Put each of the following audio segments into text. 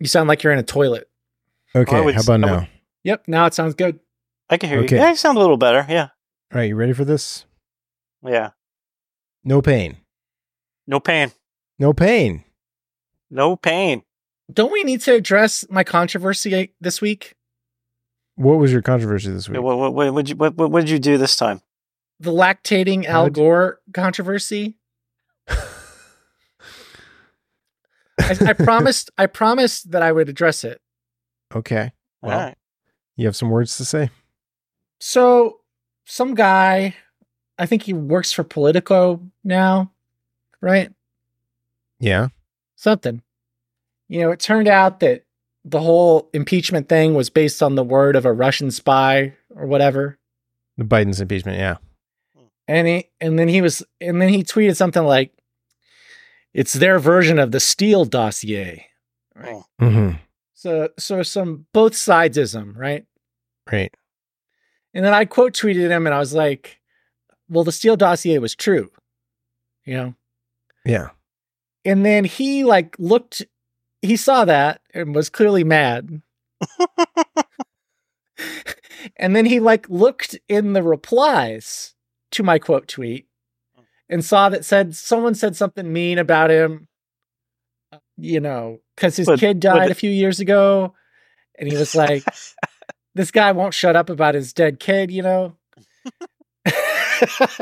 You sound like you're in a toilet. Okay, I would how s- about I now? would- All Yep, now it sounds good. I can hear Okay. you. Yeah, you sound a little better. Yeah. right, you ready for this? Yeah. No pain. No pain. No pain. No pain. Don't we need to address my controversy eh, this week? What was your controversy this week? What, what, what, what'd you, what, what, what did you do this time? The lactating How Al would- Gore controversy. I, I promised. I promised that I would address it. okay. Well, All right. You have some words to say? So, some guy, I think he works for Politico now, right? Yeah. Something. You know, it turned out that the whole impeachment thing was based on the word of a Russian spy or whatever. The Biden's impeachment. Yeah. and he and then he was and then he tweeted something like it's their version of the steele dossier right Oh. Mm-hmm. so so some both sidesism right Right. and then i quote tweeted him and i was like well the steele dossier was true you know Yeah. and then he like looked he saw that and was clearly mad and then he like looked in the replies to my quote tweet and saw that said someone said something mean about him you know because his But- kid but died the- a few years ago and he was like this guy won't shut up about his dead kid you know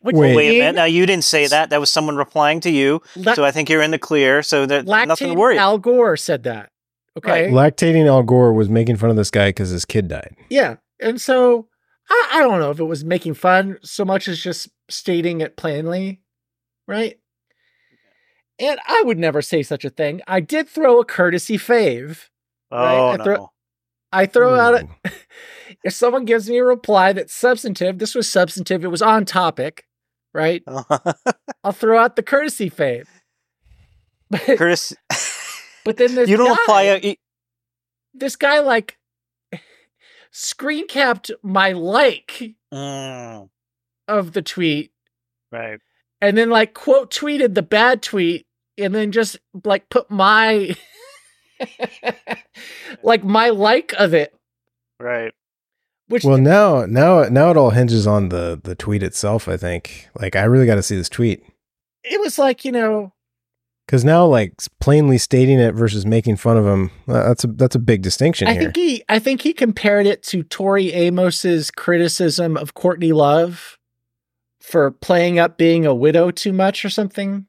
Which Wait. Wait a minute. mean- Now you didn't say that. That was someone replying to you. Let- so I think you're in the clear. So there's nothing to Lactating worry. Al Gore said that. Okay. Lactating Al Gore was making fun of this guy because his kid died. Yeah. And so I, I don't know if it was making fun so much as just stating it plainly. Right. And I would never say such a thing. I did throw a courtesy fave. oh right? I no. throw- I throw out a, Ooh. if someone gives me a reply that's substantive, this was substantive, it was on topic, right? I'll throw out the courtesy fave. But, Curtis, but then this you don't guy- apply. A, e, you- this guy like screen capped my like Mm, of the tweet right. and then like quote tweeted the bad tweet and then just like put my like my like of it Right. which Well, now, now, now it all hinges on the the tweet itself. I think. Like, I really got to see this tweet it was like you know because now, like, plainly stating it versus making fun of him. uh, That's a that's a big distinction i here. think he i think he compared it to tori amos's criticism of courtney love for playing up being a widow too much or something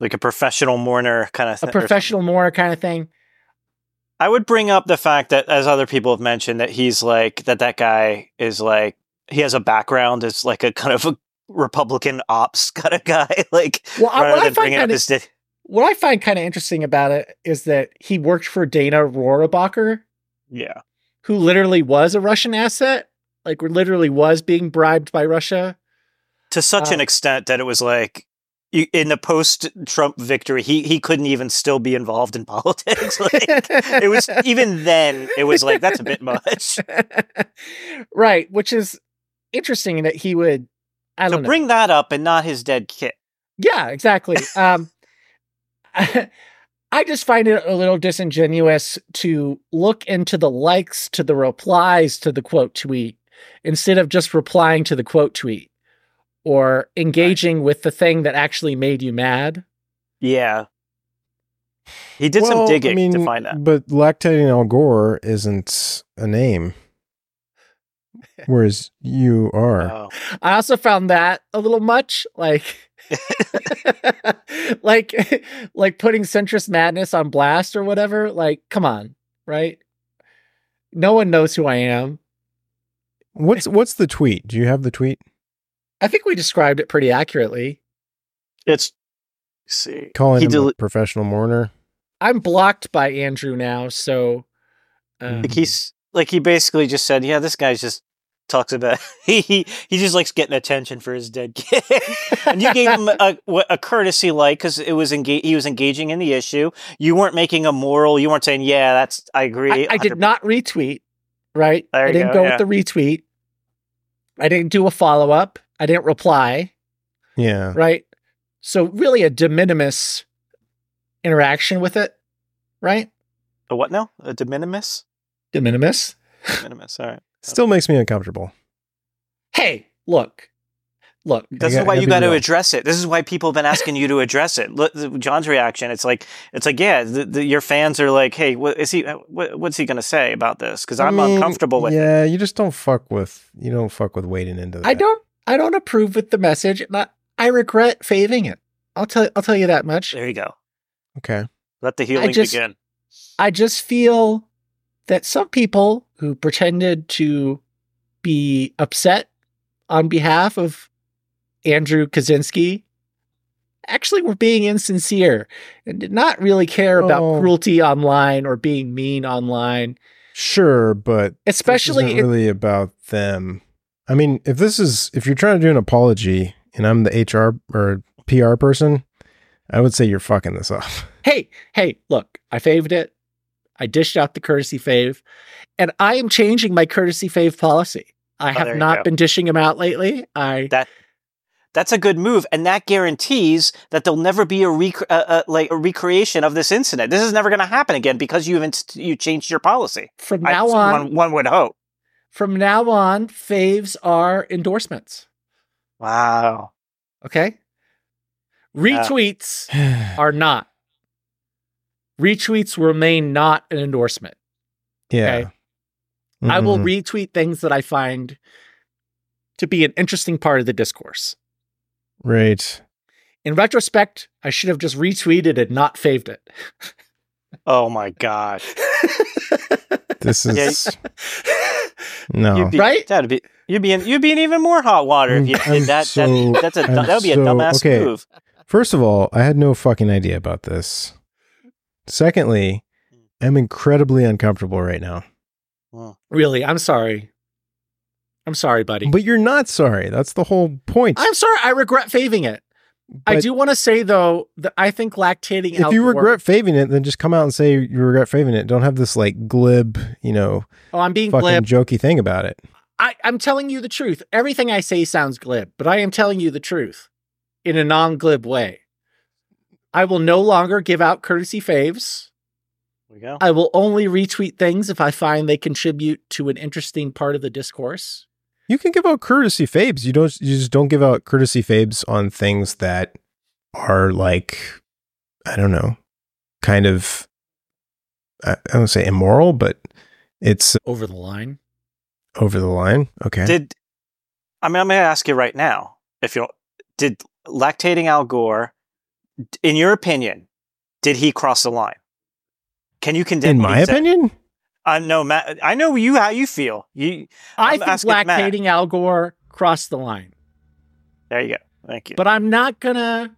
Like a professional mourner kind of a professional more kind of thing I would bring up the fact that, as other people have mentioned, that he's like that. That guy is like he has a background as like a kind of a Republican ops kind of guy. Like Well, I- what I rather find than bringing up kinda- this, di- what I find kind of interesting about it is that he worked for Dana Rohrabacher, yeah, who literally was a Russian asset, like literally was being bribed by Russia. to such an Uh, extent that it was like. You, in the post-Trump victory, he he couldn't even still be involved in politics. Like, it was even then, it was like that's a bit much. right, which is interesting that he would. I So don't know. bring that up and not his dead kid. Yeah, exactly. Um, I, I just find it a little disingenuous to look into the likes to the replies to the quote tweet instead of just replying to the quote tweet or engaging with the thing that actually made you mad. Yeah, he did some Well, digging I mean, to find out. But lactating Al Gore isn't a name, whereas you are. Oh. I also found that a little much, like, like, like putting centrist madness on blast or whatever. Like, come on, right? No one knows who I am. What's what's the tweet? Do you have the tweet? I think we described it pretty accurately. It's let's see Calling he him dele- a professional mourner. I'm blocked by Andrew now, so uh, Mm-hmm. like he's like he basically just said, yeah, this guy's just talks about he he he just likes getting attention for his dead kid. and you gave him a what- a courtesy like because it was engage he was engaging in the issue. You weren't making a moral. You weren't saying, yeah, that's I agree. I, I did 100%." not retweet, right? There I you didn't go, go, yeah. with the retweet. I didn't do a follow up. I didn't reply, Yeah. Oh. right? So really, a de minimis interaction with it, right? A what now? A de minimis? De minimis. De minimis. All right. Still makes me uncomfortable. Hey, look, look. This I is why gotta you be got to real. address it. This is why people have been asking you to address it. Look, the- John's reaction. It's like it's like yeah, the, the, your fans are like, hey, what is he? What, what's he going to say about this? Because I'm I mean, uncomfortable with it. Yeah, you just don't fuck with you don't fuck with wading into that. I don't. I don't approve with the message, and I, I regret faving it. I'll tell. I'll tell you that much. There you go. Okay. Let the healing just- begin. I just feel that some people who pretended to be upset on behalf of Andrew Kaczynski actually were being insincere and did not really care about Oh. cruelty online or being mean online, Sure, but especially especially in- really about them. I mean, if this is if you're trying to do an apology and I'm the HR or PR person, I would say you're fucking this up. hey, hey, look, I faved it. I dished out the courtesy fave, and I am changing my courtesy fave policy. I Oh, there have you not go. been dishing them out lately. I That's a good move, and that guarantees that there'll never be a rec- uh, uh, like a recreation of this incident. This is never going to happen again because you've inst- you changed your policy. from I- now on, one, one would hope. from now on, faves are endorsements. Wow. Okay. Uh, Retweets yeah, are not. Retweets remain not an endorsement. I will Mhm. retweet things that I find to be an interesting part of the discourse. right. In retrospect, I should have just retweeted and not faved it. Oh my god. This Yeah, is no. Mm, You'd be, Right? That'd be you'd be in you'd be in even more hot water if you I'm- I'm did that. so- that that's a I'm that would be a so- dumbass okay. move. First of all, I had no fucking idea about this. Secondly, I'm incredibly uncomfortable right now. really, I'm sorry. I'm sorry, buddy. But you're not sorry. That's the whole point. I'm sorry. I regret faving it. I But do want to say though that I think lactating out If you the word- regret faving it, then just come out and say you regret faving it. Don't have this like glib, you know, oh, I'm being fucking glib. jokey thing about it. I, I'm telling you the truth. Everything I say sounds glib, but I am telling you the truth in a non glib way. I will no longer give out courtesy faves. There we go. I will only retweet things if I find they contribute to an interesting part of the discourse. You can give out courtesy faves. You don't. You just don't give out courtesy faves on things that are like, I don't know, kind of. I, I don't say immoral, but it's Over the line. over the line. Okay. Did I mean I'm going to ask you right now if you did lactating Al Gore, in your opinion, did he cross the line? Can you condemn? in what my he said? opinion, I know Matt. I know you how you feel. You i I'm think asking Matt. lactating Al Gore crossed the line, there you go. Thank you. but I'm not gonna.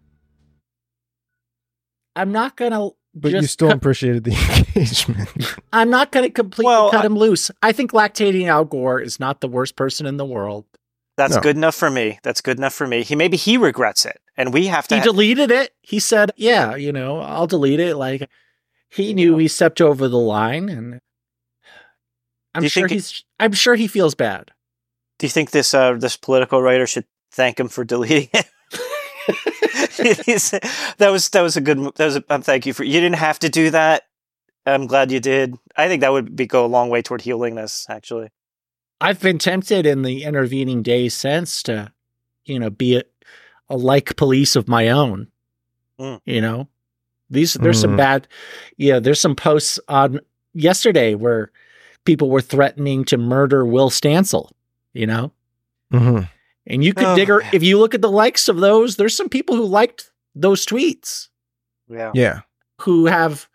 I'm not gonna. but you just still cut- appreciated the engagement. I'm not going to completely Well, cut I- him loose. I think lactating Al Gore is not the worst person in the world. That's No. good enough for me. That's good enough for me. He maybe he regrets it, and we have to. he deleted it. He said, "Yeah, you know, I'll delete it." Like he knew he stepped over the line, and I'm Do you sure think it- he's. I'm sure he feels bad. Do you think this uh, this political writer should thank him for deleting it? He's- that was that was a good mo- that was a, um, thank you for you didn't have to do that. I'm glad you did. I think that would be go a long way toward healing this actually. I've been tempted in the intervening days since to, you know, be a, a like police of my own. Mm. You know, these there's some Mhm. bad. Yeah, there's some posts on yesterday where people were threatening to murder Will Stansel. You know, Mhm. And you could Oh, dig her. man. If you look at the likes of those, there's some people who liked those tweets Yeah. Yeah. who have,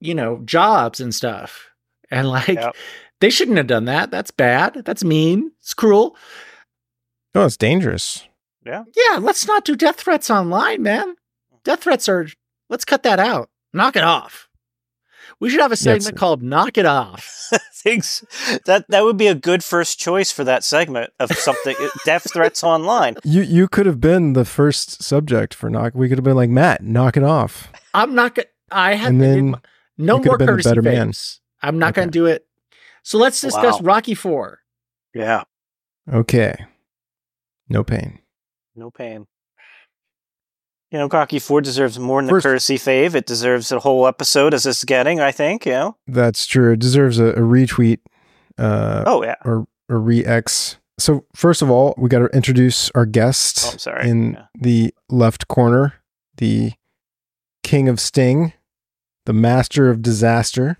you know, jobs and stuff. And like, Yep. they shouldn't have done that. That's bad. That's mean. It's cruel. No, it's dangerous. Yeah, let's not do death threats online, man. Death threats are, let's cut that out. Knock it off. We should have a segment That's- called Knock It Off. Things that that would be a good first choice for that segment of something uh, death threats online. You you could have been the first subject for knock. We could have been like Matt, knock it off, I'm not going to, I have and I did then my- no you could more have been the courtesy better man. faves. I'm not Okay. going to do it. So let's discuss Wow. Rocky Four. Yeah. okay, no pain. No pain. You know, Rocky Four deserves more than First- a courtesy fave. It deserves a whole episode as it's getting, I think, you know? That's true. It deserves a, a retweet uh, Oh, yeah. or a re X. So, first of all, we got to introduce our Oh, guest I'm sorry. in Yeah. the left corner, the king of sting, the master of disaster,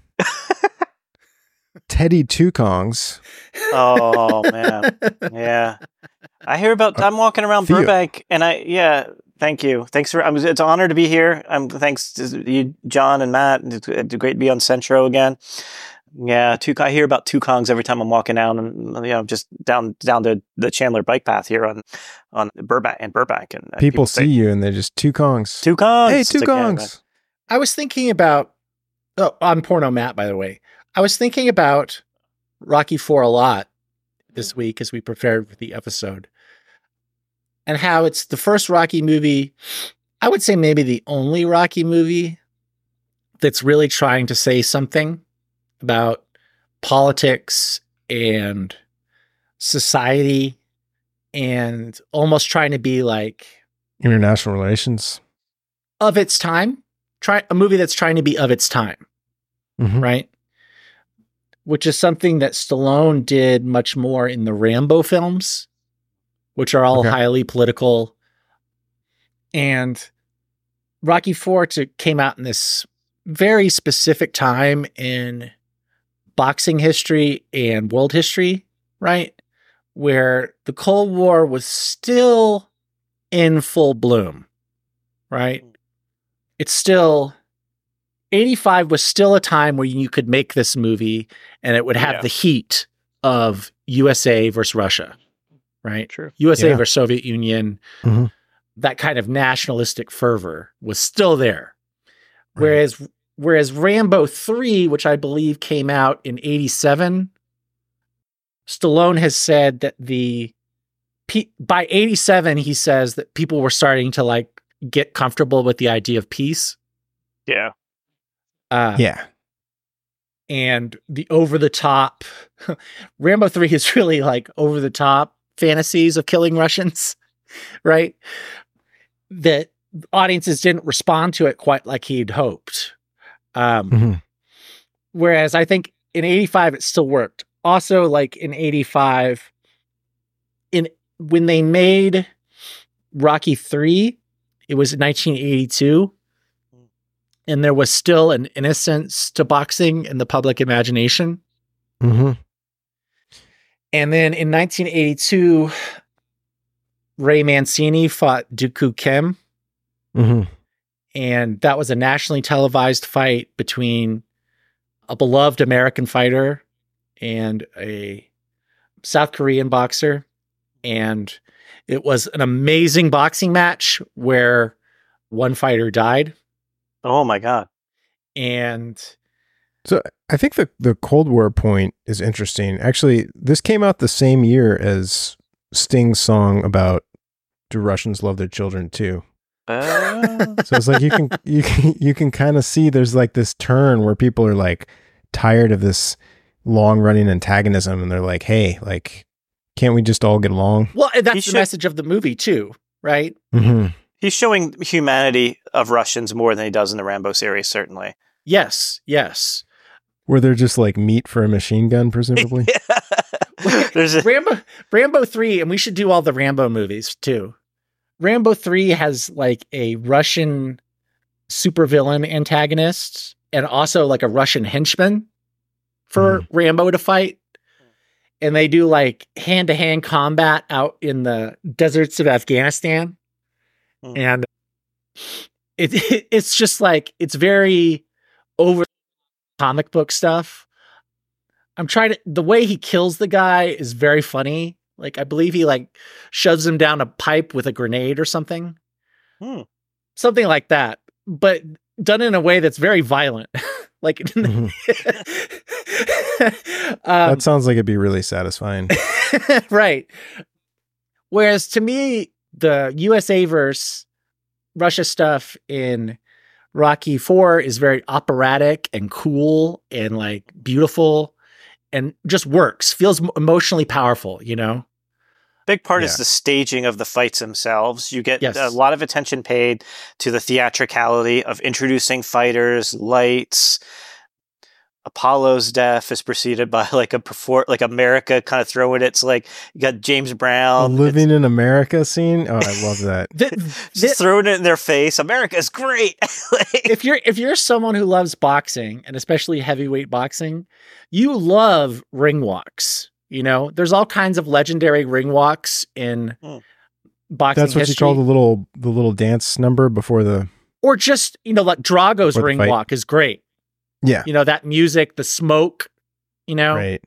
Teddy Two Kongs. Oh, man. Yeah. I hear about, I'm walking around Uh, Theo. Burbank and I, yeah, thank you. Thanks for, I'm, it's an honor to be here. I'm, thanks to you, John and Matt. and It's, it's great to be on Centro again. Yeah, two, I hear about two Kongs every time I'm walking down and, you know, just down, down the, the Chandler bike path here on, on Burbank and Burbank. And, and People say, see you and they're just Two Kongs. two Kongs. hey, It's Two like, yeah, man. Kongs. I was thinking about oh, on Porno Matt, by the way. I was thinking about Rocky Four a lot this week as we prepared for the episode, and how it's the first Rocky movie. I would say maybe the only Rocky movie that's really trying to say something about politics and society, and almost trying to be like International relations. of its time. Try a movie that's trying to be of its time. Mhm. right? Which is something that Stallone did much more in the Rambo films, which are all Okay. highly political. And Rocky Four to, came out in this very specific time in boxing history and world history, right? Where the Cold War was still in full bloom, right? It's still 85 was still a time where you could make this movie and it would have Yeah. the heat of USA versus Russia, right? True. USA Yeah. versus Soviet Union, Mhm. that kind of nationalistic fervor was still there. Whereas whereas Rambo 3, which I believe came out in 87, Stallone has said that the pe- by 87 he says that people were starting to like get comfortable with the idea of peace. Yeah. Uh, Yeah. and the over the top Rambo 3 is really like over the top fantasies of killing Russians, right? That audiences didn't respond to it quite like he'd hoped. Um, Mhm. whereas I think in 85 it still worked. Also like in 85 in when they made Rocky 3, it was 1982 and there was still an innocence to boxing in the public imagination. Mhm. And then in 1982, Ray Mancini fought Dooku Kim, Mhm. and that was a nationally televised fight between a beloved American fighter and a South Korean boxer. And it was an amazing boxing match where one fighter died. Oh my God. And I think the the Cold War point is interesting. Actually, this came out the same year as Sting's song about "Do Russians Love Their Children Too." Uh, So it's like you can you can, you can kind of see there's like this turn where people are like tired of this long running antagonism, and they're like, "Hey, like, can't we just all get along?" well, and that's He the should- message of the movie, too, right? Mm-hmm. he's showing humanity of Russians more than he does in the Rambo series, certainly. Yes, yes. Where they're just like meat for a machine gun, presumably. There's a, Rambo Rambo 3 and we should do all the Rambo movies too. Rambo 3 has like a Russian supervillain antagonist and also like a Russian henchman for Hmm. Rambo to fight. And they do like hand-to-hand combat out in the deserts of Afghanistan. Mm. And it, it it's just like it's very over comic book stuff. I'm trying to the way he kills the guy is very funny. Like I believe he like shoves him down a pipe with a grenade or something. Hmm. Something like that. But done in a way that's very violent. like Mhm. um, that sounds like it'd be really satisfying. right. Whereas to me, the USA verse Russia stuff in Rocky Four is very operatic and cool and like beautiful and just works, feels m- emotionally powerful, you know? big part is Yeah. the staging of the fights themselves. You get Yes. a lot of attention paid to the theatricality of introducing fighters, lights. Apollo's death is preceded by like a perfor- like America kind of throwing it. It's like you got James A Brown living in America scene. Oh, I love that. Th- it's th- just throwing it in their face. America is great. Like- if you're if you're someone who loves boxing and especially heavyweight boxing, you love ring walks. You know, there's all kinds of legendary ring walks in Mm. boxing That's what you history. call the little the little dance number before the or just you know, like Drago's Or the ring fight. walk is great. yeah You know that music, the smoke. You know, right.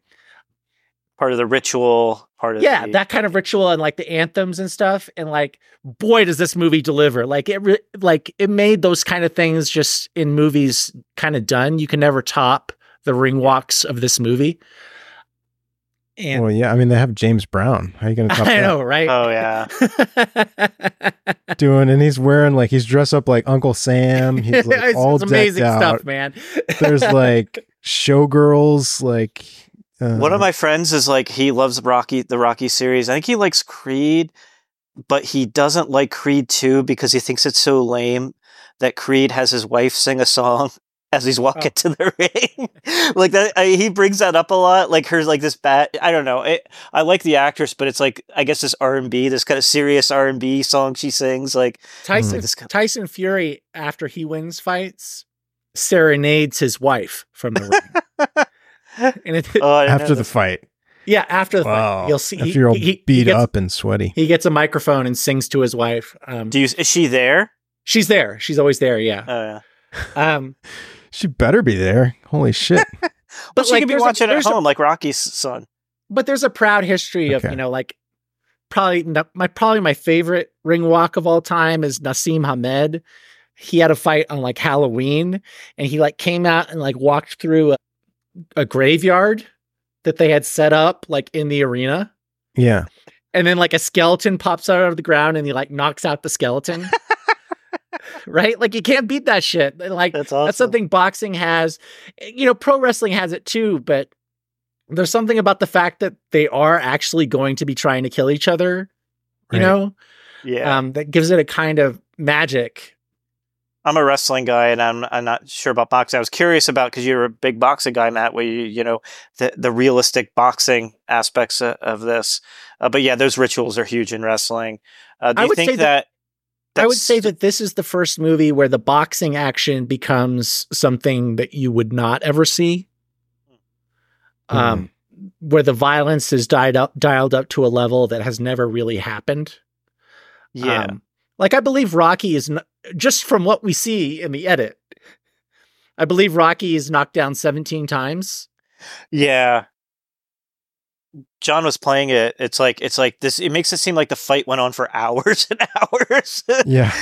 part of the ritual, part of yeah, the, that kind of ritual and like the anthems and stuff. And like, boy, does this movie deliver! Like it, re- like it made those kind of things just in movies kind of done. You can never top the ring walks of this movie. And Well, yeah. I mean, they have James Brown. How you gonna top I that? know, right? oh yeah. doing? And he's wearing like he's dressed up like Uncle Sam. He's like it's, all it's amazing decked out. stuff, man. There's like showgirls. Like uh, One Uh-huh. of my friends is like he loves Rocky, the Rocky series. I think he likes Creed, but he doesn't like Creed two because he thinks it's so lame that Creed has his wife sing a song as Oh. he's walking to the ring. like that, I, he brings that up a lot. Like her, like this bat. I don't know. It, I like the actress, but it's like I guess this R and B, this kind of serious R and B song she sings. Like Mm, Tyson this kind Tyson Fury, after he wins fights, serenades his wife from the ring. and it, oh, I don't know. after the fight. yeah, after the Wow. fight, you'll see after you're all beat gets, up and sweaty. He gets a microphone and sings to his wife. Um, do you is she there? she's there. She's always there. Yeah. Uh, Um, She better be there. Holy shit. but she like, could be there's a- watching at there's a- home, like Rocky's son. but there's a proud history of Okay. you know like probably n- my probably my favorite ring walk of all time is Nassim Hamed. He had a fight on like Halloween, and he like came out and like walked through a, a graveyard that they had set up like in the arena, yeah. and then like a skeleton pops out of the ground and he like knocks out the skeleton. right? Like you can't beat that shit. And, Like That's awesome. that's something boxing has. You know, pro wrestling has it too, but there's something about the fact that they are actually going to be trying to kill each other, you Right. know, Yeah. um, that gives it a kind of magic. I'm a wrestling guy, and I'm I'm not sure about boxing. I was curious about because you're a big boxing guy, Matt. Where you you know the the realistic boxing aspects of, of this, uh, but yeah, those rituals are huge in wrestling. Uh, do I you would think say that, that- I would that's- say that this is the first movie where the boxing action becomes something that you would not ever see. Hmm. Um, where the violence is dialed up, dialed up to a level that has never really happened. yeah Um, like I believe Rocky is kn- just from what we see in the edit. I believe Rocky is knocked down 17 times. yeah. John was playing it. It's like it's like this. It makes it seem like the fight went on for hours and hours. Yeah.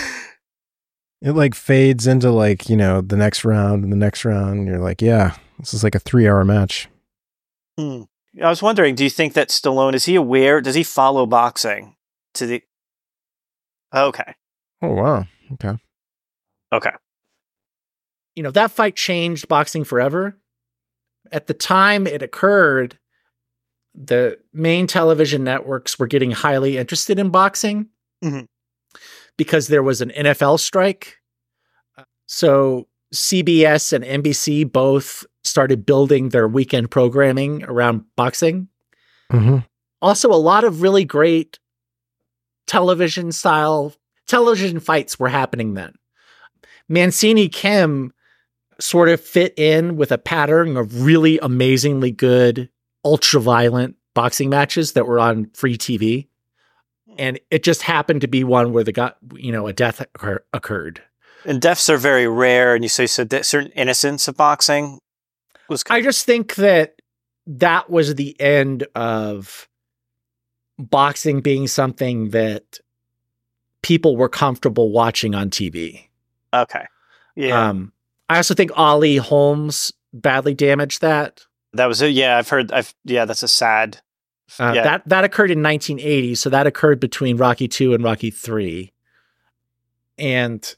It like fades into like, you know, the next round and the next round. And you're like, yeah, this is like a three hour match. Hmm. I was wondering, do you think that Stallone is he aware? Does he follow boxing to the? Okay. Oh, wow. Okay. Okay. You know, that fight changed boxing forever. At the time it occurred, the main television networks were getting highly interested in boxing Mhm. because there was an NFL strike. So CBS and NBC both started building their weekend programming around boxing. hmm also a lot of really great television style television fights were happening then. Mancini Kim sort of fit in with a pattern of really amazingly good, ultra violent boxing matches that were on free TV. And it just happened to be one where the got you know a death occur- occurred. And deaths are very rare, and you so you said that certain innocence of boxing was. I just think that that was the end of boxing being something that people were comfortable watching on TV. okay. Yeah, Um, I also think Ollie Holmes badly damaged that. that was it. Yeah, I've heard. I've yeah, that's a sad. Uh, yeah, That that occurred in 1980, so that occurred between Rocky Two and Rocky Three, and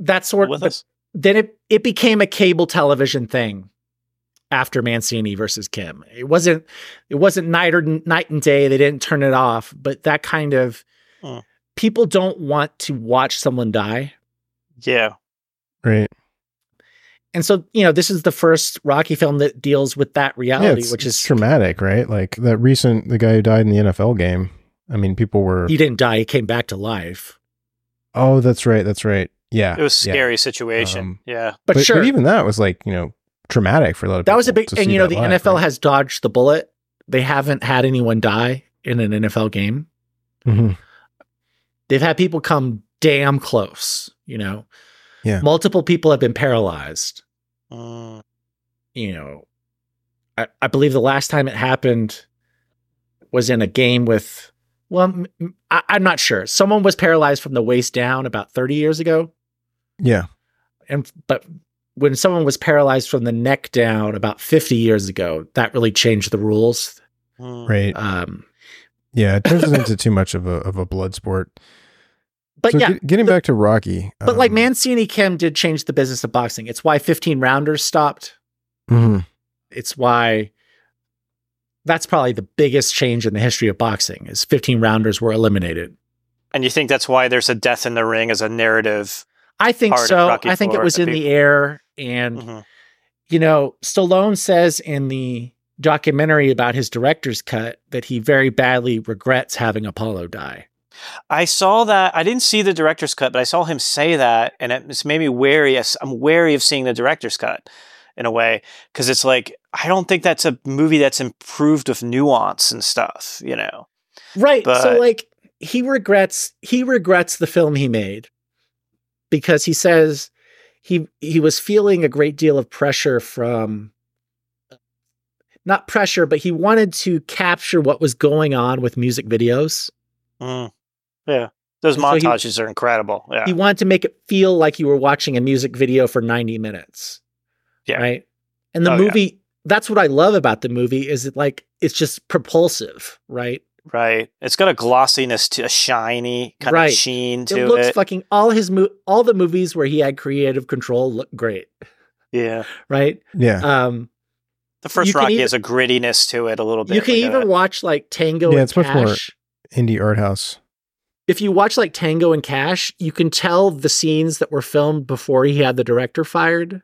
that sort. with but us. Then it it became a cable television thing, after Mancini versus Kim. It wasn't it wasn't night or night and day. They didn't turn it off, but that kind of Mm. people don't want to watch someone die. Yeah. Right. And so, you know, this is the first Rocky film that deals with that Yeah, reality, it's, which it's is traumatic, right? Like that recent the guy who died in the NFL game. I mean, people were he didn't die, he came back to life. Oh, that's right, that's right. Yeah. It was yeah. scary situation. Um, yeah. But, sure, even that was like, you know, traumatic for a lot of people. that was a big to and see you know that the live, NFL right? has dodged the bullet. They haven't had anyone die in an NFL game. Mhm. they've had people come damn close, you know. Yeah. Multiple people have been paralyzed. Mm. You know, I, I believe the last time it happened was in a game with, well, m- m- I, am not sure. Someone was paralyzed from the waist down about 30 years ago. Yeah. And, but when someone was paralyzed from the neck down about 50 years ago, that really changed the rules. Mm. Right. Um, Yeah, it turns it into too much of a of a blood sport. but So um, yeah, get- getting back to Rocky. but like man. Mancini Kim did change the business of boxing. It's why 15 rounders stopped. mm-hmm. it's why that's probably the biggest change in the history of boxing is 15 rounders were eliminated And you think that's why there's a death in the ring as a narrative? i think Part of so Rocky i think it Four, was I in think. the air Mm. and Mhm. you know stallone says in the documentary about his director's cut that he very badly regrets having apollo die I saw that. I didn't see the director's cut, but I saw him say that, and it it's made me wary. Yes, I'm wary of seeing the director's cut in a way because it's like I don't think that's a movie that's improved with nuance and stuff. You know. right so But- like he regrets he regrets the film he made because he says he he was feeling a great deal of pressure from not pressure but he wanted to capture what was going on with music videos Mm. Yeah. Those And so he- montages are incredible. Yeah. he wanted to make it feel like you were watching a music video for 90 minutes Yeah. right and the Oh, yeah. movie that's what i love about the movie is it like it's just propulsive right right. It's got a glossiness to a shiny kind Right. of sheen to it it. looks fucking all his mo- all the movies where he had creative control look great yeah. right Yeah. um The first You can Rocky even- has a grittiness to it a little bit. you can like uh, even a- watch like tango Yeah, and it's much more- cash Indie art house. if you watch like tango and cash you can tell the scenes that were filmed before he had the director fired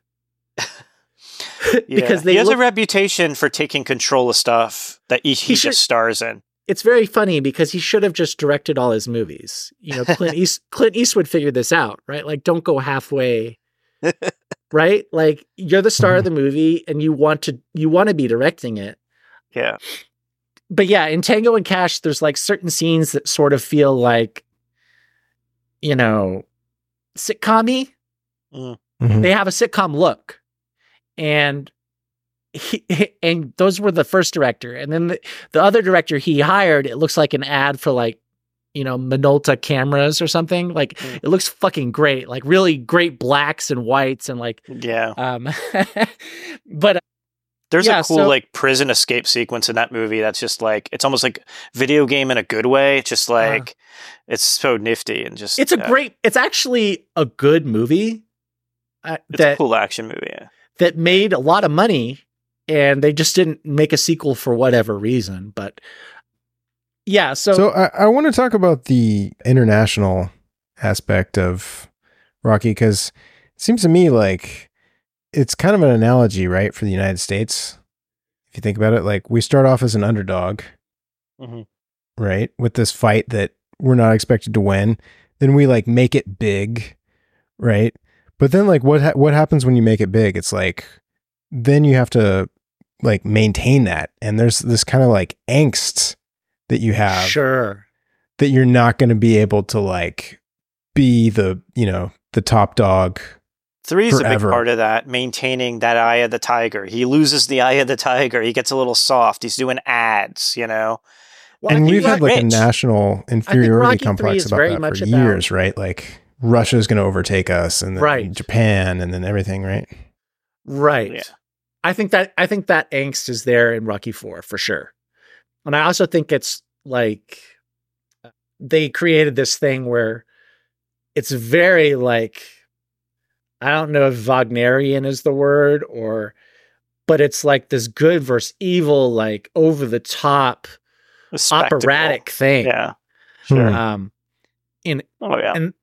yeah. because they he has look- a reputation for taking control of stuff that he, he, should- just stars in. it's very funny because he should have just directed all his movies you know clint, East, clint eastwood figured this out right like don't go halfway right like you're the star Mm-hmm. of the movie and you want to you want to be directing it Yeah. but yeah, in Tango and Cash, there's like certain scenes that sort of feel like, you know, sitcom Mhm. Mm. They have a sitcom look, and he, and those were the first director, and then the, the other director he hired. It looks like an ad for like, you know, Minolta cameras or something. Like Mm. it looks fucking great, like really great blacks and whites and like, Yeah. um, but There's Yeah, a cool so- like prison escape sequence in that movie that's just like it's almost like video game in a good way. It's just like it's so nifty and just Uh-huh. it's a yeah. great. It's actually a good movie. Uh, it's that a cool action movie. Yeah. that made a lot of money and they just didn't make a sequel for whatever reason but yeah so, So, I, I want to talk about the international aspect of Rocky because it seems to me like it's kind of an analogy, right, for the United States. If you think about it, like we start off as an underdog, Mhm. right, with this fight that we're not expected to win. Then we like make it big, right? But then like what ha- what happens when you make it big? It's like then you have to like maintain that, and there's this kind of like angst that you have sure that you're not going to be able to like be the you know the top dog Three is a Forever. big part of that, maintaining that eye of the tiger. He loses the eye of the tiger. He gets a little soft. He's doing ads, you know? well, and I think we've Rocky- had like a rich. national Rocky inferiority III complex is about very that much for about- years right like russia's going to overtake us and then Right. japan and then everything right right Yeah. i think that i think that angst is there in rocky 4 for sure and i also think it's like they created this thing where it's very like i don't know if wagnerian is the word or but it's like this good versus evil, like over the top A spectacle. operatic thing. Yeah. Sure. Hmm. Um, Oh yeah. and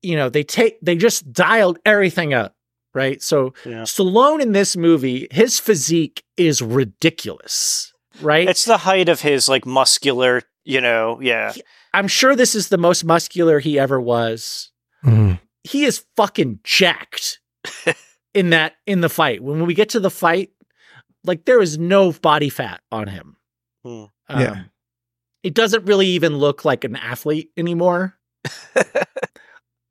you know, they take they just dialed everything up, right? So yeah. Stallone in this movie, his physique is ridiculous, right? It's the height of his like muscular, you know, yeah. I'm sure this is the most muscular he ever was. Mhm. He is fucking jacked in that in the fight. When we get to the fight, like there is no body fat on him. Um, Hmm. Yeah. It doesn't really even look like an athlete anymore.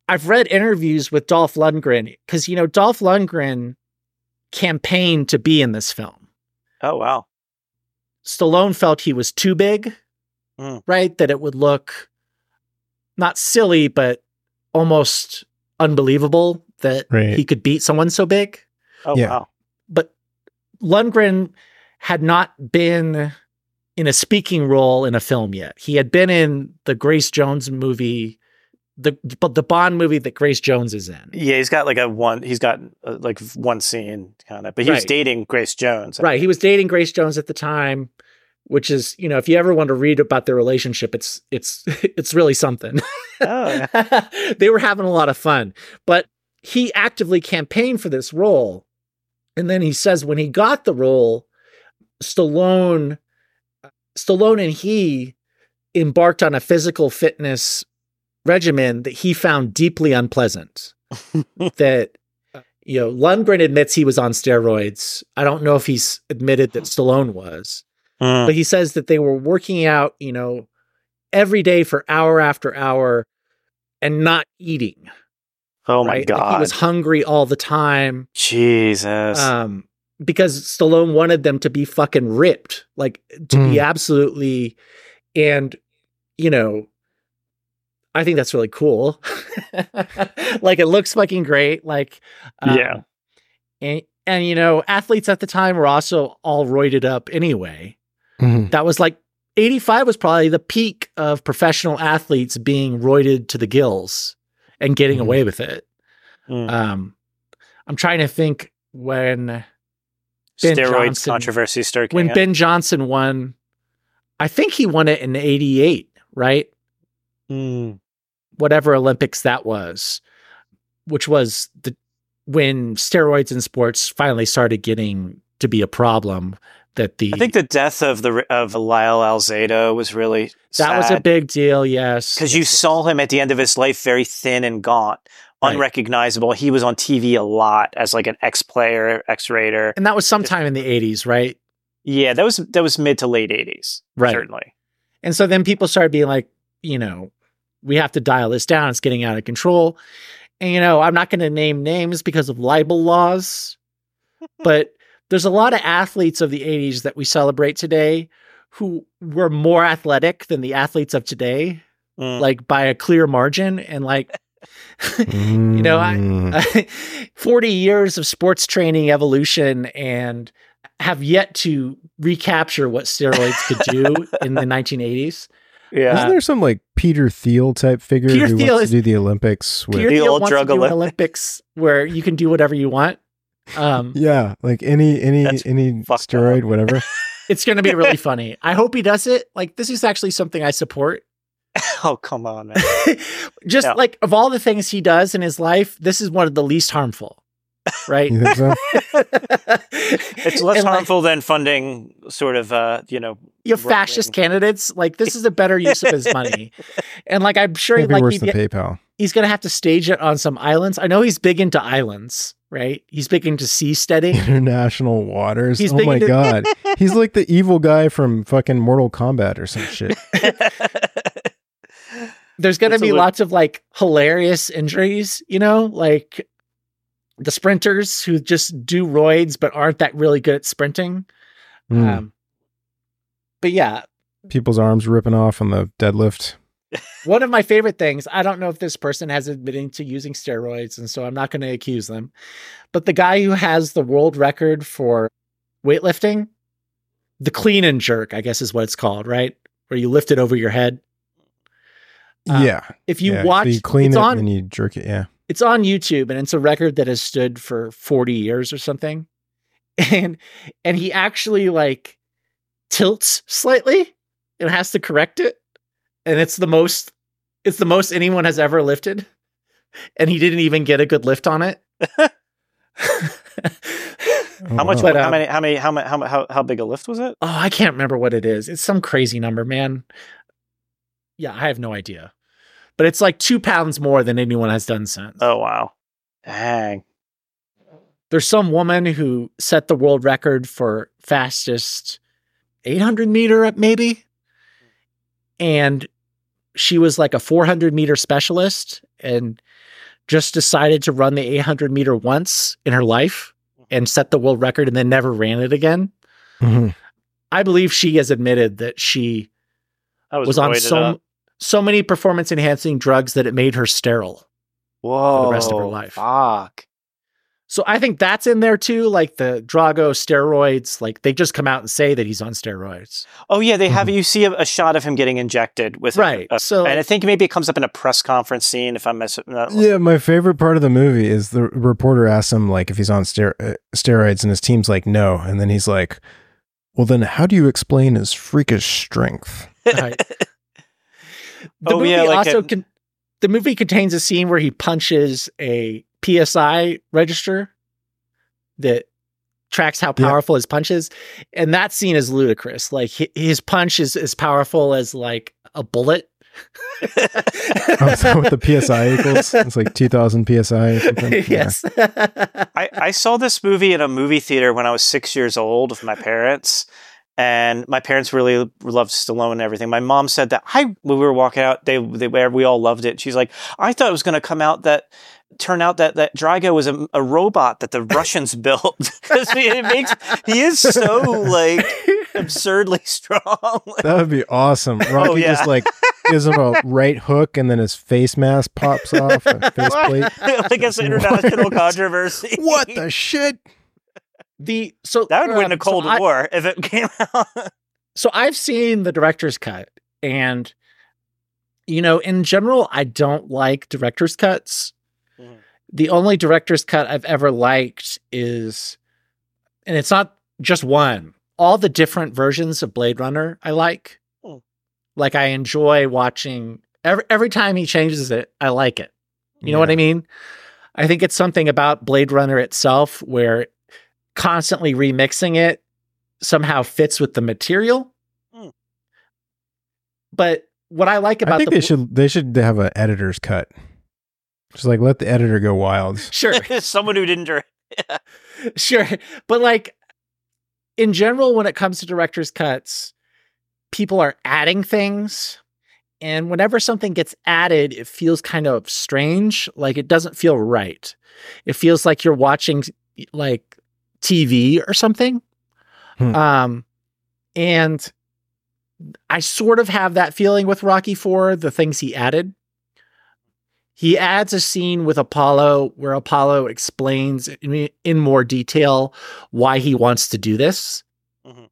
I've read interviews with Dolph Lundgren because you know Dolph Lundgren campaigned to be in this film. Oh wow. Stallone felt he was too big, Mm. right? That it would look not silly, but almost unbelievable that Right. he could beat someone so big. Oh Yeah. wow. But Lundgren had not been in a speaking role in a film yet. He had been in the Grace Jones movie, the but the Bond movie that Grace Jones is in. Yeah, he's got like a one. He's got uh, like one scene kind of, but he was Right. dating Grace Jones. Right. He was dating Grace Jones at the time, which is, you know, if you ever want to read about their relationship, it's it's it's really something. Oh, yeah. they were having a lot of fun. But he actively campaigned for this role. And then he says when he got the role, Stallone Stallone and he embarked on a physical fitness regimen that he found deeply unpleasant. that you know, Lundgren admits he was on steroids. I don't know if he's admitted that Stallone was Mm. but he says that they were working out, you know, every day for hour after hour and not eating. Oh my right? Like, god. he was hungry all the time. Jesus. Um, because Stallone wanted them to be fucking ripped, like to be Hmm. Mm. absolutely, and you know, I think that's really cool. like it looks fucking great. Like, um, Yeah. and and you know, athletes at the time were also all roided up anyway Mhm. that was like 85 was probably the peak of professional athletes being roided to the gills and getting Mhm. Mm-hmm. away with it. Mm. Um, I'm trying to think when Ben Steroids Johnson- controversy started. when coming Ben Johnson won. I think he won it in 88, right? up. Mm. Whatever Olympics that was, which was the when steroids in sports finally started getting to be a problem that the I think the death of the of Lyle Alzado was really that was a big deal, yes. because you Yes, yes. saw him at the end of his life very thin and gaunt, Right. unrecognizable. He was on TV a lot as like an ex player, ex raider. and that was sometime in the 80s, right? Yeah, that was that was mid to late eighties, Right. Certainly. And so then people started being like, you know, we have to dial this down. It's getting out of control. And, you know, I'm not going to name names because of libel laws, but there's a lot of athletes of the 80s that we celebrate today who were more athletic than the athletes of today, Mm. like by a clear margin. And like, you know, I- Mm. 40 years of sports training evolution and have yet to recapture what steroids could do in the 1980s. yeah, Isn't there some like Peter Thiel type figure Peter who Thiel wants is- to do the Olympics with? Peter The Thiel old wants drug to do an Olymp- Olympics where you can do whatever you want. Um, yeah, like any any That's any fucked steroid, whatever. It's going to be really funny. I hope he does it. Like this is actually something I support. oh come on, man. Just Yeah. like of all the things he does in his life, this is one of the least harmful. Right? You think so? it's it's less harmful than funding sort of uh, you know, you fascist right-wing. candidates. Like this is a better use of his money. And like I'm sure Can't be like worse he'd than get- PayPal. he's going to have to stage it on some islands. I know he's big into islands, right? He's big into seasteading. International waters. He's oh big my into- god, he's like the evil guy from fucking Mortal Kombat or some shit. there's going to It's a be lit- lots of like hilarious injuries, you know, like the sprinters who just do roids but aren't that really good at sprinting. Mm. Um, but yeah, People's arms ripping off on the deadlift. one of my favorite things, I don't know if this person has admitting to using steroids, and so I'm not going to accuse them, but the guy who has the world record for weightlifting, the clean and jerk, I guess is what it's called, right? Where you lift it over your head. Uh, yeah, If you yeah. So watch, you clean it's it, on and you jerk it. Yeah, it's on YouTube and it's a record that has stood for 40 years or something. and and he actually like tilts slightly and has to correct it and it's the most it's the most anyone has ever lifted and he didn't even get a good lift on it How Oh, much? wow. But, how um, many? How many? How many? How, mu- how how big a lift was it? Oh, I can't remember what it is. It's some crazy number, man. Yeah, I have no idea. But it's like two pounds more than anyone has done since. Oh wow, dang. There's some woman who set the world record for fastest 800 meter, up maybe. And she was like a 400 meter specialist and just decided to run the 800 meter once in her life Mm-hmm. and set the world record and then never ran it again. Mhm. I believe she has admitted that she I was, was on roided so up. so many performance enhancing drugs that it made her sterile. Whoa, the rest of her life. Fuck. So I think that's in there too, like the Drago steroids. Like they just come out and say that he's on steroids. Oh yeah, they have you see a, a shot of him getting injected with a- Mm-hmm. Right, a- so- and I think maybe it comes up in a press conference scene. If I'm missing, Yeah, my favorite part of the movie is the reporter asks him like if he's on ster- uh, steroids, and his team's like no, and then he's like, "Well, then how do you explain his freakish strength?" Right. the Oh, movie yeah, like also a- con- the movie contains a scene where he punches a PSI register that tracks how Yeah. powerful his punch is, and that scene is ludicrous. Like hi- his punch is as powerful as like a bullet. Oh, is that what the psi equals? It's like two thousand psi or something. Yeah. yes. I, I saw this movie in a movie theater when I was six years old with my parents, and my parents really loved Stallone and everything. My mom said that I when we were walking out, they, they we all loved it. She's like, I thought it was going to come out that turn out that that Drago was a, a robot that the Russians built because it makes he is so like absurdly strong. Like, That would be awesome. Oh, Rocky yeah. just like gives him a right hook, and then his face mask pops off, a face plate. like it's an international controversy. What the shit? the so That would win um, a Cold so I- War if it came out. so I've seen the director's cut, and you know, in general, I don't like director's cuts. Mhm. The only director's cut I've ever liked is, and it's not just one. All the different versions of Blade Runner I like. Mm. Like I enjoy watching every every time he changes it, I like it. You know what I mean? I think it's something about Blade Runner itself where constantly remixing it somehow fits with the material. Mm. But what I like about I think the they should they should have an editor's cut. Just like let the editor go wild. sure, Someone who didn't direct. sure. But like in general, when it comes to director's cuts, people are adding things. And whenever something gets added, it feels kind of strange. Like it doesn't feel right. It feels like you're watching like TV or something. Hmm. Um, and I sort of have that feeling with Rocky Four, the things he added. He adds a scene with Apollo where Apollo explains in, in more detail why he wants to do this. Mhm.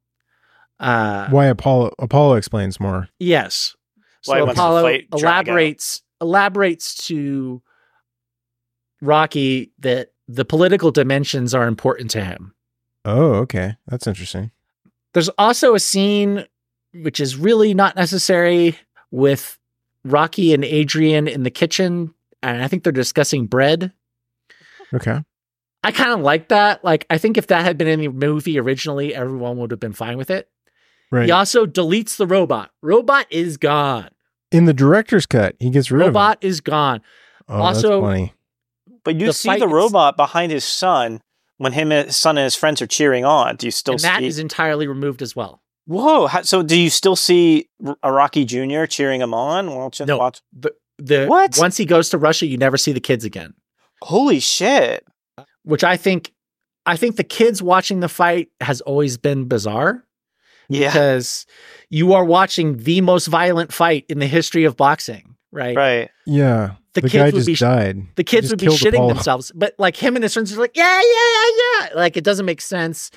Uh, Why Apollo Apollo explains more. Yes. Why he so wants to Apollo fight Drago. elaborates elaborates to Rocky that the political dimensions are important to him. Oh, okay. That's interesting. There's also a scene which is really not necessary with Rocky and Adrian in the kitchen, and I think they're discussing bread. Okay. I kind of like that. Like, I think if that had been in the movie originally, everyone would have been fine with it. Right. He also deletes the robot. Robot is gone. In the director's cut, he gets rid Robot is gone. of him. Oh, also- that's funny. But you The see fight the is- robot behind his son when him and his son and his friends are cheering on. Do you still and that see? is entirely removed as well. Whoa! How, so do you still see R- a Rocky Junior cheering him on? Watch, No. watch. The the What? once he goes to Russia, you never see the kids again. Holy shit! Which I think, I think the kids watching the fight has always been bizarre Yeah. because you are watching the most violent fight in the history of boxing. Right? Right. Yeah. The, The, guy kids would just be died. the kids just would be killed shitting Apollo. themselves, but like him and his friends are like, yeah, yeah, yeah, yeah. Like it doesn't make sense.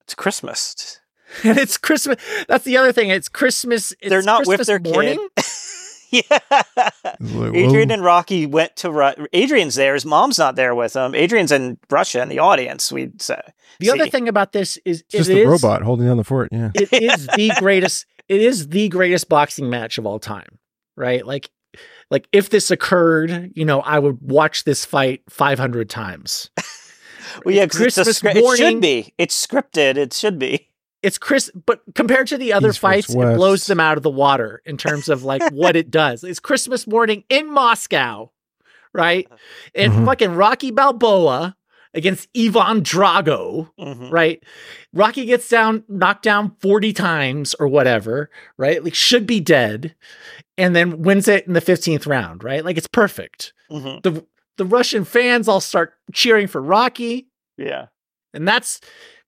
It's Christmas. And it's Christmas. That's the other thing. It's Christmas. It's They're not with Christmas their morning. kid. yeah. It's like, Adrian whoa. and Rocky went to Ru- Adrian's there. His mom's not there with him. Adrian's in Russia in the audience. We say The other See. thing about this is It's just it the is- robot holding down the fort. Yeah. it is the greatest it is the greatest boxing match of all time right like like if this occurred you know i would watch this fight 500 times well, yeah, because it's a Christmas scri- it should morning. be. It's scripted. It should be. it's chris but compared to the other East versus fights it West. blows them out of the water in terms of like what it does it's christmas morning in moscow right and Mhm. fucking rocky balboa against ivan drago Mhm. right? Rocky gets down, knocked down 40 times or whatever, right? Like, should be dead, and then wins it in the 15th round, right? Like, it's perfect. Mhm. The Russian fans all start cheering for Rocky. Yeah. And that's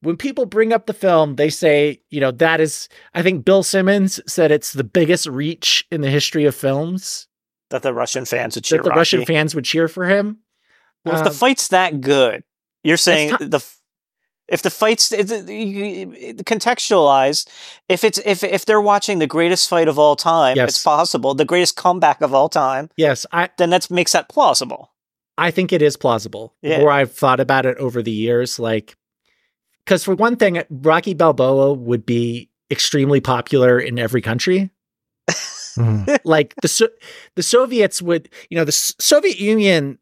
when people bring up the film, they say, you know, that is, I think Bill Simmons said it's the biggest reach in the history of films That the Russian fans would cheer that the Rocky. Russian fans would cheer for him. Well, if the Um, fight's that good, you're saying ti- the f- if the fight's it- it- you- you- contextualized, if it's if if they're watching the greatest fight of all time, Yes. it's possible the greatest comeback of all time, yes, I, then that makes that plausible. I think it is plausible. The Yeah. more I've thought about it over the years, like, because for one thing, Rocky Balboa would be extremely popular in every country. Mhm. like the so- the Soviets would, you know, the S- Soviet Union.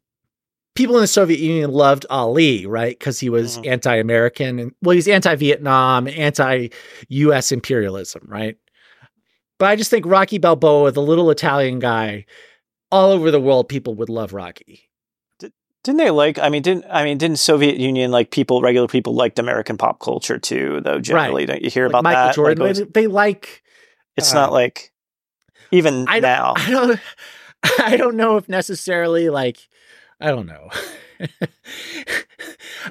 People in the Soviet Union loved Ali, right? Because he was Mhm. anti-American, and well, he's anti-Vietnam, anti-U.S. imperialism, right? But I just think Rocky Balboa, the little Italian guy, all over the world, people would love Rocky. Didn't they like? I mean, didn't I mean? Didn't Soviet Union like people? Regular people liked American pop culture too, though. Generally, don't you hear Like about Michael that? Like, Jordan. it was- they, they like. it's uh, not like even I don't- now. I don't. I don't know if necessarily like. I don't know.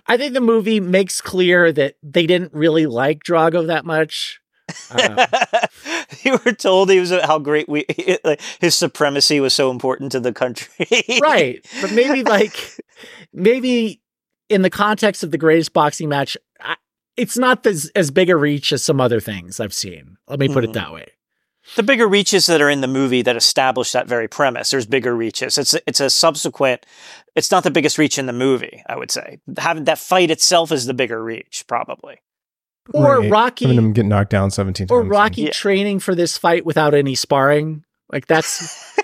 I think the movie makes clear that they didn't really like Drago that much. Uh, you were told he was uh, how great we like, his supremacy was so important to the country. right, but maybe like maybe in the context of the greatest boxing match, I, it's not as as big a reach as some other things I've seen. Let me put Mhm. it that way. the bigger reaches that are in the movie that establish that very premise. There's bigger reaches. It's it's a subsequent. It's not the biggest reach in the movie. I would say having that fight itself is the bigger reach, probably. Or Right. Rocky. I mean, I'm getting knocked down 17 or times. Rocky Yeah. training for this fight without any sparring. Like that's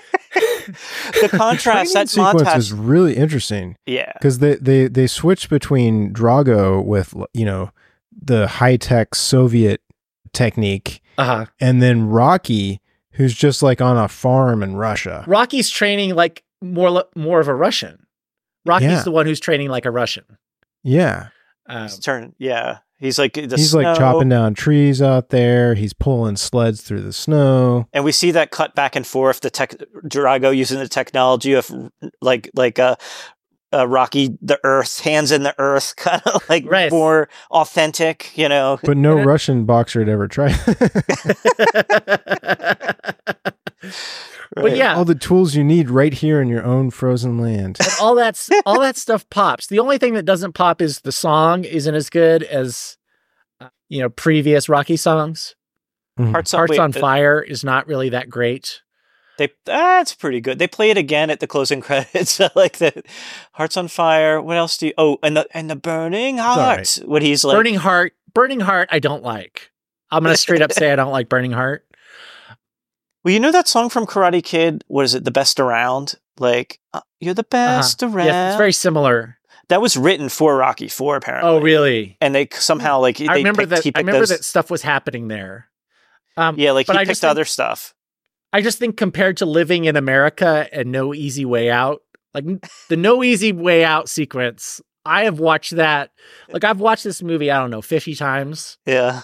The contrast that Training sequence montage. is really interesting yeah. because they, they they switch between Drago with you know the high tech Soviet technique, uh and then Rocky, who's just like on a farm in Russia. Rocky's training like more li- more of a Russian. Rocky's Yeah. the one who's training like a Russian. Yeah, Um, His turn. Yeah. He's like the he's like snow, chopping down trees out there. He's pulling sleds through the snow. and we see that cut back and forth. The tech Drago using the technology of like like uh, uh Rocky the Earth hands in the Earth, kind of like Right. more authentic. You know, But no Yeah. Russian boxer had ever tried. but yeah, all the tools you need right here in your own frozen land. but all that's all that stuff pops. The only thing that doesn't pop is the song isn't as good as uh, you know previous Rocky songs. Hearts on, Hearts wait, on uh, Fire is not really that great. They that's pretty good. They play it again at the closing credits. I like that. Hearts on fire. What else do you? Oh, and the and the burning all right. heart. What he's like. Burning Heart, Burning Heart, I don't like. I'm gonna straight up say I don't like Burning Heart. Well, you know that song from Karate Kid. What is it? The best around. Like uh, you're the best around. Uh-huh. Yes, it's very similar. that was written for Rocky Four, apparently. Oh, really? and they somehow like they Mm. I remember picked, that. he I picked remember those, that stuff was happening there. Um, yeah like he but I picked just think- other stuff I just think compared to living in America and No Easy Way Out, like n- the No Easy Way Out sequence, I have watched that. Like I've watched this movie, I don't know, fifty times. yeah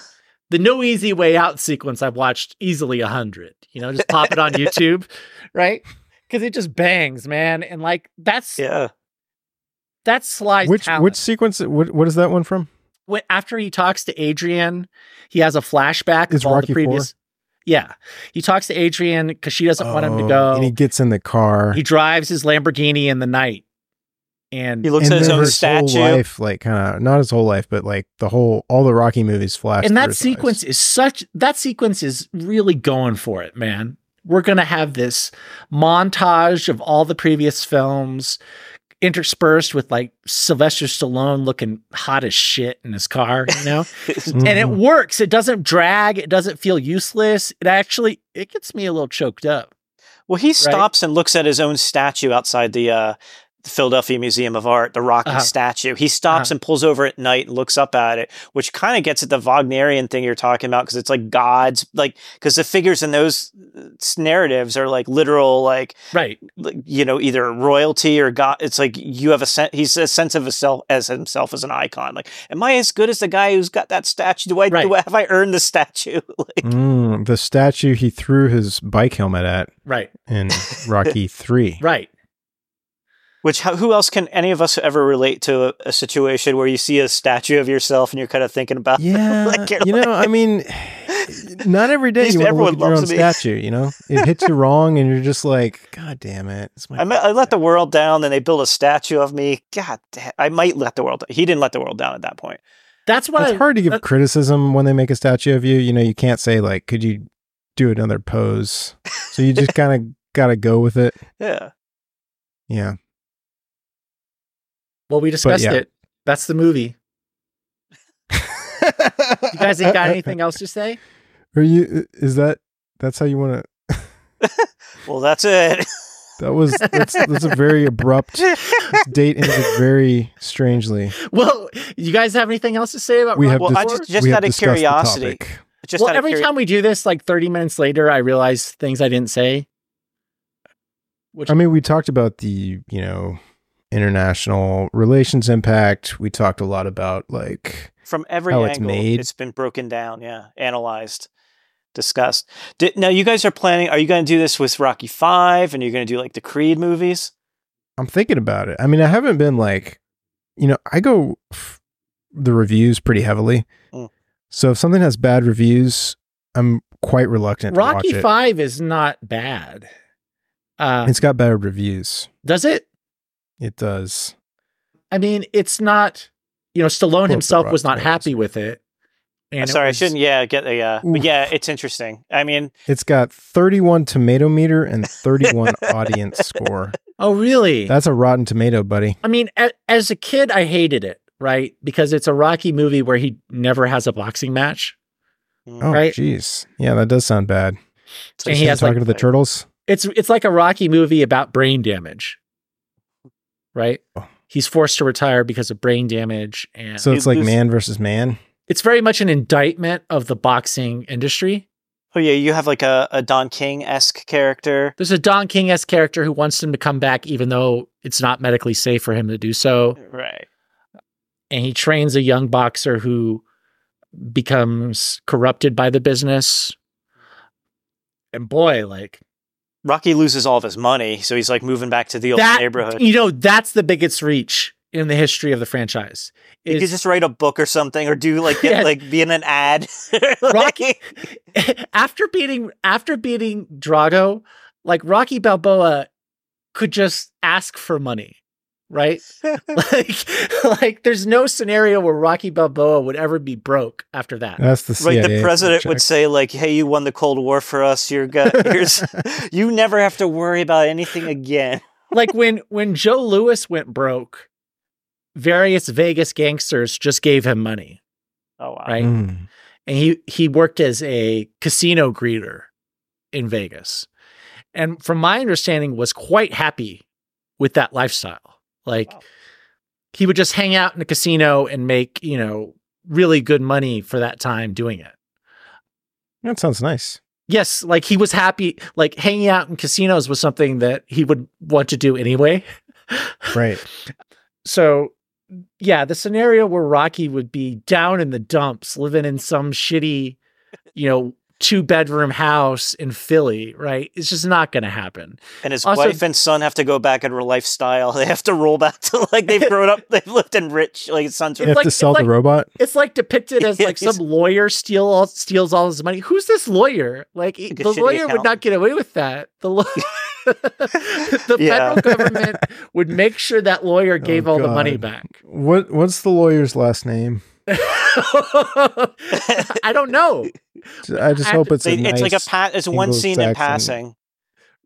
The No Easy Way Out sequence, I've watched easily a hundred. You know, just pop it on YouTube, right? Because it just bangs, man. And like that's yeah that's Sly's Which talent. which sequence? What, what is that one from? when after he talks to Adrian, he has a flashback Is of all Rocky the previous. Yeah, he talks to Adrian because she doesn't want him to Oh, go. And he gets in the car. He drives his Lamborghini in the night, and he looks and at his then own whole statue life, like kind of not his whole life, but like the whole all the Rocky movies flash. and through that his sequence eyes. is such that sequence is really going for it, man. we're going to have this montage of all the previous films interspersed with like Sylvester Stallone looking hot as shit in his car, you know? Mm-hmm. and it works. It doesn't drag, it doesn't feel useless. It actually it gets me a little choked up. Well, he stops and looks at his own statue outside the uh, Philadelphia Museum of Art, the rocking Uh-huh. statue. He stops Uh-huh. and pulls over at night and looks up at it, which kind of gets at the Wagnerian thing you're talking about because it's like gods, like because the figures in those uh, s- narratives are like literal, like Right. like, you know either royalty or god it's like you have a sen- he's a sense of himself as himself as an icon like am i as good as the guy who's got that statue do i, do Right. I have i earned the statue like Mm, the statue he threw his bike helmet at Right. in Rocky Three. Right. which how, who else can any of us ever relate to a, a situation where you see a statue of yourself and you're kind of thinking about Yeah, Like, you're you know, I mean, not every day These- you want to everyone look at your own loves me. statue. You know, it hits you wrong, and you're just like, God damn it! It's my I, met, I let the world down and they build a statue of me god da- i might let the world down. he didn't let the world down at that point That's what it's I, hard to give that- criticism when they make a statue of you. You know, you can't say like, could you do another pose? So you just kind of got to go with it. yeah Yeah. well we discussed yeah. it. That's the movie. You guys ain't got anything else to say? Are you? Is that? That's how you want to? well that's it That was. That's, that's a very abrupt date ended very strangely. Well, you guys have anything else to say about We have Rocky Well, I dis- Horror? just- just we have out of discussed the curiosity. topic. just well, out of every curi- time we do this, like 30 minutes later, I realize things I didn't say. Which I mean, we talked about the you know international relations impact. We talked a lot about like from every how angle it's made. it's been broken down yeah analyzed discussed Did, now you guys are planning are you going to do this with rocky 5 and you're going to do like the creed movies I'm thinking about it. I mean, I haven't been like, you know, I go f- the reviews pretty heavily. Mm. So if something has bad reviews, I'm quite reluctant Rocky to watch Five is not bad. Uh, it. It's got bad reviews. does it? It does. I mean, it's not. You know, Well, Stallone the himself Rock was not Five happy is- with it. And i'm it sorry was- i shouldn't yeah get the uh but Oof. yeah it's interesting i mean It's got 31 tomato meter and 31 audience score. e- Oh, really? That's a rotten tomato, buddy. I mean, a- as a kid, I hated it, right? Because it's a Rocky movie where he never has a boxing match, hmm, Oh, Right. jeez. Yeah, that does sound bad. it's and he Him has, like- talking to the turtles. it's it's like a Rocky movie about brain damage, right? Oh. He's forced to retire because of brain damage, and So You it's like lose- man versus man. it's very much an indictment of the boxing industry. oh yeah you have like a, a don king-esque character There's a Don King s character who wants him to come back, even though it's not medically safe for him to do so, right and he trains a young boxer who becomes corrupted by the business. And boy, like rocky loses all of his money so he's like moving back to the old that, neighborhood you know, that's the biggest reach in the history of the franchise. you could is- just write a book or something or do like get, Yeah. like be in an ad Rocky- after beating after beating Drago, like Rocky Balboa could just ask for money, right? like like there's no scenario where Rocky Balboa would ever be broke after that. That's the Right, CIA. the president check. would say like, "Hey, you won the Cold War for us. You're go- here's, you never have to worry about anything again." like when when Joe Lewis went broke, various Vegas gangsters just gave him money, Oh wow! right? Mm. and he he worked as a casino greeter in Vegas, and from my understanding, was quite happy with that lifestyle. Like Wow. he would just hang out in a casino and make you know really good money for that time doing it. That sounds nice. Yes, like he was happy. Like hanging out in casinos was something that he would want to do anyway. Right. so yeah, the scenario where Rocky would be down in the dumps, living in some shitty, you know, two bedroom house in Philly, right? It's just not going to happen. And his Also- wife and son have to go back into lifestyle. They have to roll back to like they've grown up. They've lived in rich like his sons. It's You Are, have like- to it's sell like- the robot. It's like depicted as like some lawyer steal all, steals all his money. Who's this lawyer? Like a the shitty lawyer would accountant. not get away with that. The law- the Yeah. Oh, federal government would make sure that lawyer gave all the money God. back. What what's the lawyer's last name? I don't know. I just hope it's They- a nice, It's, like a pa- it's one scene in Anglo-Saxon- passing.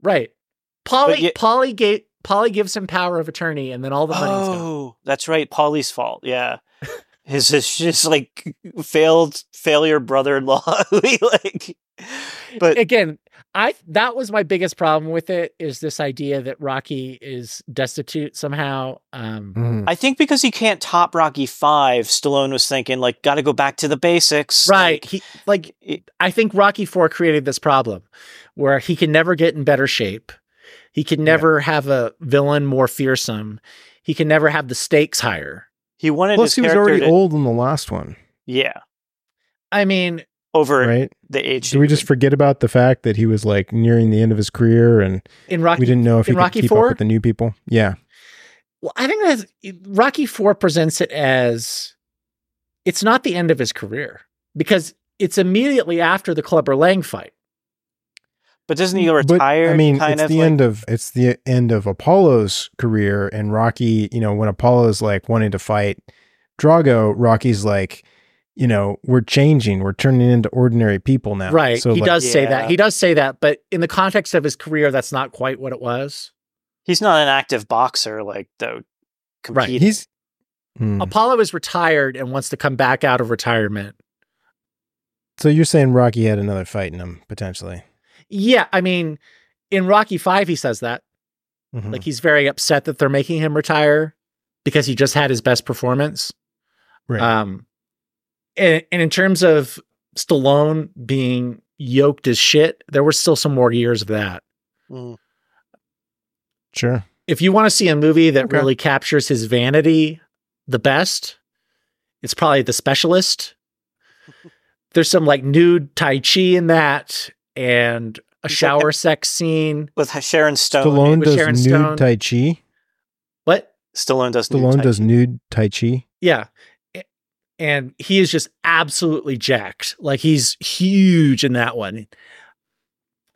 Right. Polly But ye- Polly gate Polly gives him power of attorney and then all the money is gone. Oh, that's right. Polly's fault. Yeah. His, his just like failed failure brother-in-law. He, like, but Again, I that was my biggest problem with it is this idea that Rocky is destitute somehow. Um Mhm. I think because he can't top Rocky Five, Stallone was thinking like, got to go back to the basics. Right. He like Mm, It- I think Rocky 4 created this problem where he can never get in better shape. He can never have a villain more fearsome. He can never have the stakes higher. He wanted Plus, his he was character already to- old in the last one, Yeah, I mean, over right? the age. Did we just forget about the fact that he was like nearing the end of his career and in Rocky we didn't know if he in could Rocky keep Four? up with the new people? Yeah. Well, I think that's eh, Rocky Four presents it as it's not the end of his career because it's immediately after the Clubber Lang fight. But doesn't he Mm, But, retire? I mean, kind it's of the like- end of it's the end of Apollo's career and Rocky, you know, when Apollo's like wanting to fight Drago, Rocky's like, you know, we're changing, we're turning into ordinary people now. Right. So he like, does say that. Yeah. He does say that, but in the context of his career, that's not quite what it was. He's not an active boxer, like though. Right. Competing. he's Hmm. Apollo is retired and wants to come back out of retirement. so you're saying Rocky had another fight in him potentially. Yeah, I mean, in Rocky Five, he says that. Mhm. Like he's very upset that they're making him retire because he just had his best performance. right. Um, and, and in terms of Stallone being yoked as shit, there were still some more years of that. Mm. sure. If you want to see a movie that Okay. really captures his vanity the best, it's probably The Specialist. There's some like nude Tai Chi in that and a He's like shower sex scene. with Sharon Stone. Stallone with does Sharon nude Stone. tai chi. What? Stallone does. nude Stallone type. does nude tai chi. Yeah. A- And he is just absolutely jacked. Like he's huge in that one.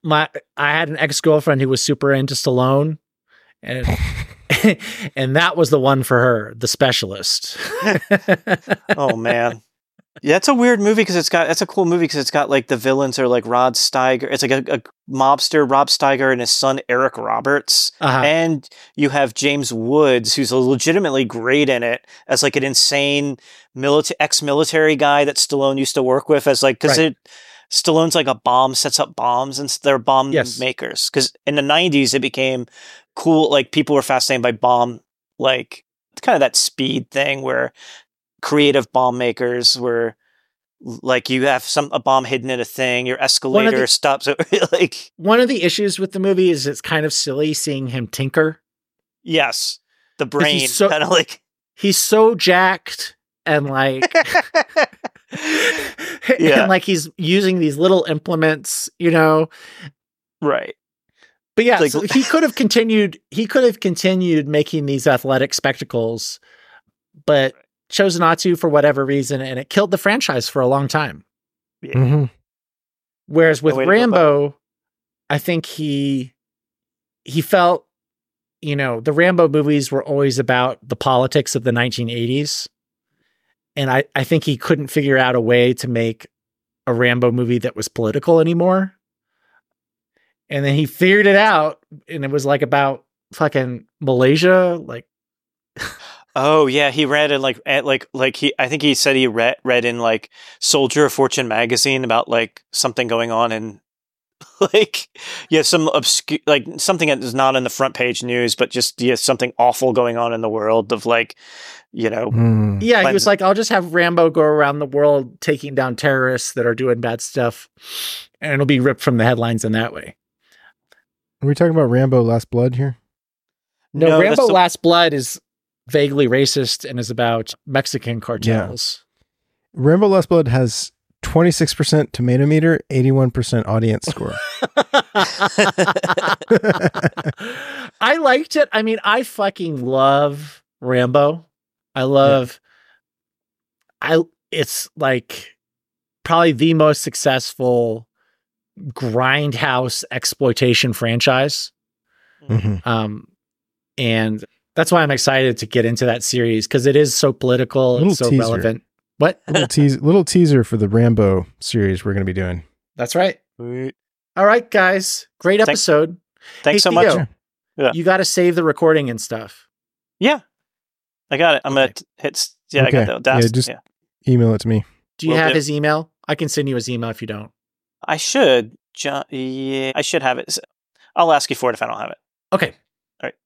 My I had an ex-girlfriend who was super into Stallone and and that was the one for her, the specialist. Oh man. Yeah, it's a weird movie because it's got. That's a cool movie because it's got like the villains are like Rod Steiger. It's like a, a mobster, Rob Steiger, and his son Eric Roberts. Uh-huh. and you have James Woods, who's legitimately great in it as like an insane milita- ex-military guy that Stallone used to work with as like because Right. it Stallone's like a bomb sets up bombs and s- they're bomb Yes. makers because in the '90s it became cool like people were fascinated by bomb like it's kind of that speed thing where creative bomb makers were like you have some a bomb hidden in a thing your escalator stops like One of the issues with the movie is it's kind of silly seeing him tinker. yes the he's brain so- kind of like He's so jacked and like Yeah. and like he's using these little implements, you know. right. But yeah, Like- so he could have continued. He could have continued making these athletic spectacles, but chose not to for whatever reason, and it killed the franchise for a long time. Mhm. Whereas with way to go Rambo, I think he he felt, you know, the Rambo movies were always about the politics of the 1980s, and I I think he couldn't figure out a way to make a Rambo movie that was political anymore. And then he figured it out, and it was like about fucking Malaysia, like Oh yeah, he read in like at like like he I think he said he read read in like Soldier of Fortune magazine about like something going on in like yeah some obscure like something that is not on the front page news but just yeah something awful going on in the world of like you know Mm. yeah. He When- was like, I'll just have Rambo go around the world taking down terrorists that are doing bad stuff, and it'll be ripped from the headlines in that way. Are we talking about Rambo Last Blood here? No, that's Rambo the- Last Blood is vaguely racist and is about Mexican cartels. Rambo Last Blood has 26% tomato meter, 81% audience score. I liked it. I mean, I fucking love Rambo. I love I it's like probably the most successful grindhouse exploitation franchise. Mhm. Um and that's why I'm excited to get into that series because it is so political, Little it's so teaser. relevant. What? little, teas little teaser for the Rambo series we're going to be doing. That's right. Sweet. All right, guys. Great Thank- episode. Thanks Hey, so much. Theo, Yeah. You got to save the recording and stuff. Yeah, I got it. I'm gonna t- hit. s- Yeah, I Okay. got that. Yeah, Yeah, just- Email it to me. Do you Will have do. his email? I can send you his email if you don't. I should. John, yeah, I should have it. S- I'll ask you for it if I don't have it. Okay. All right.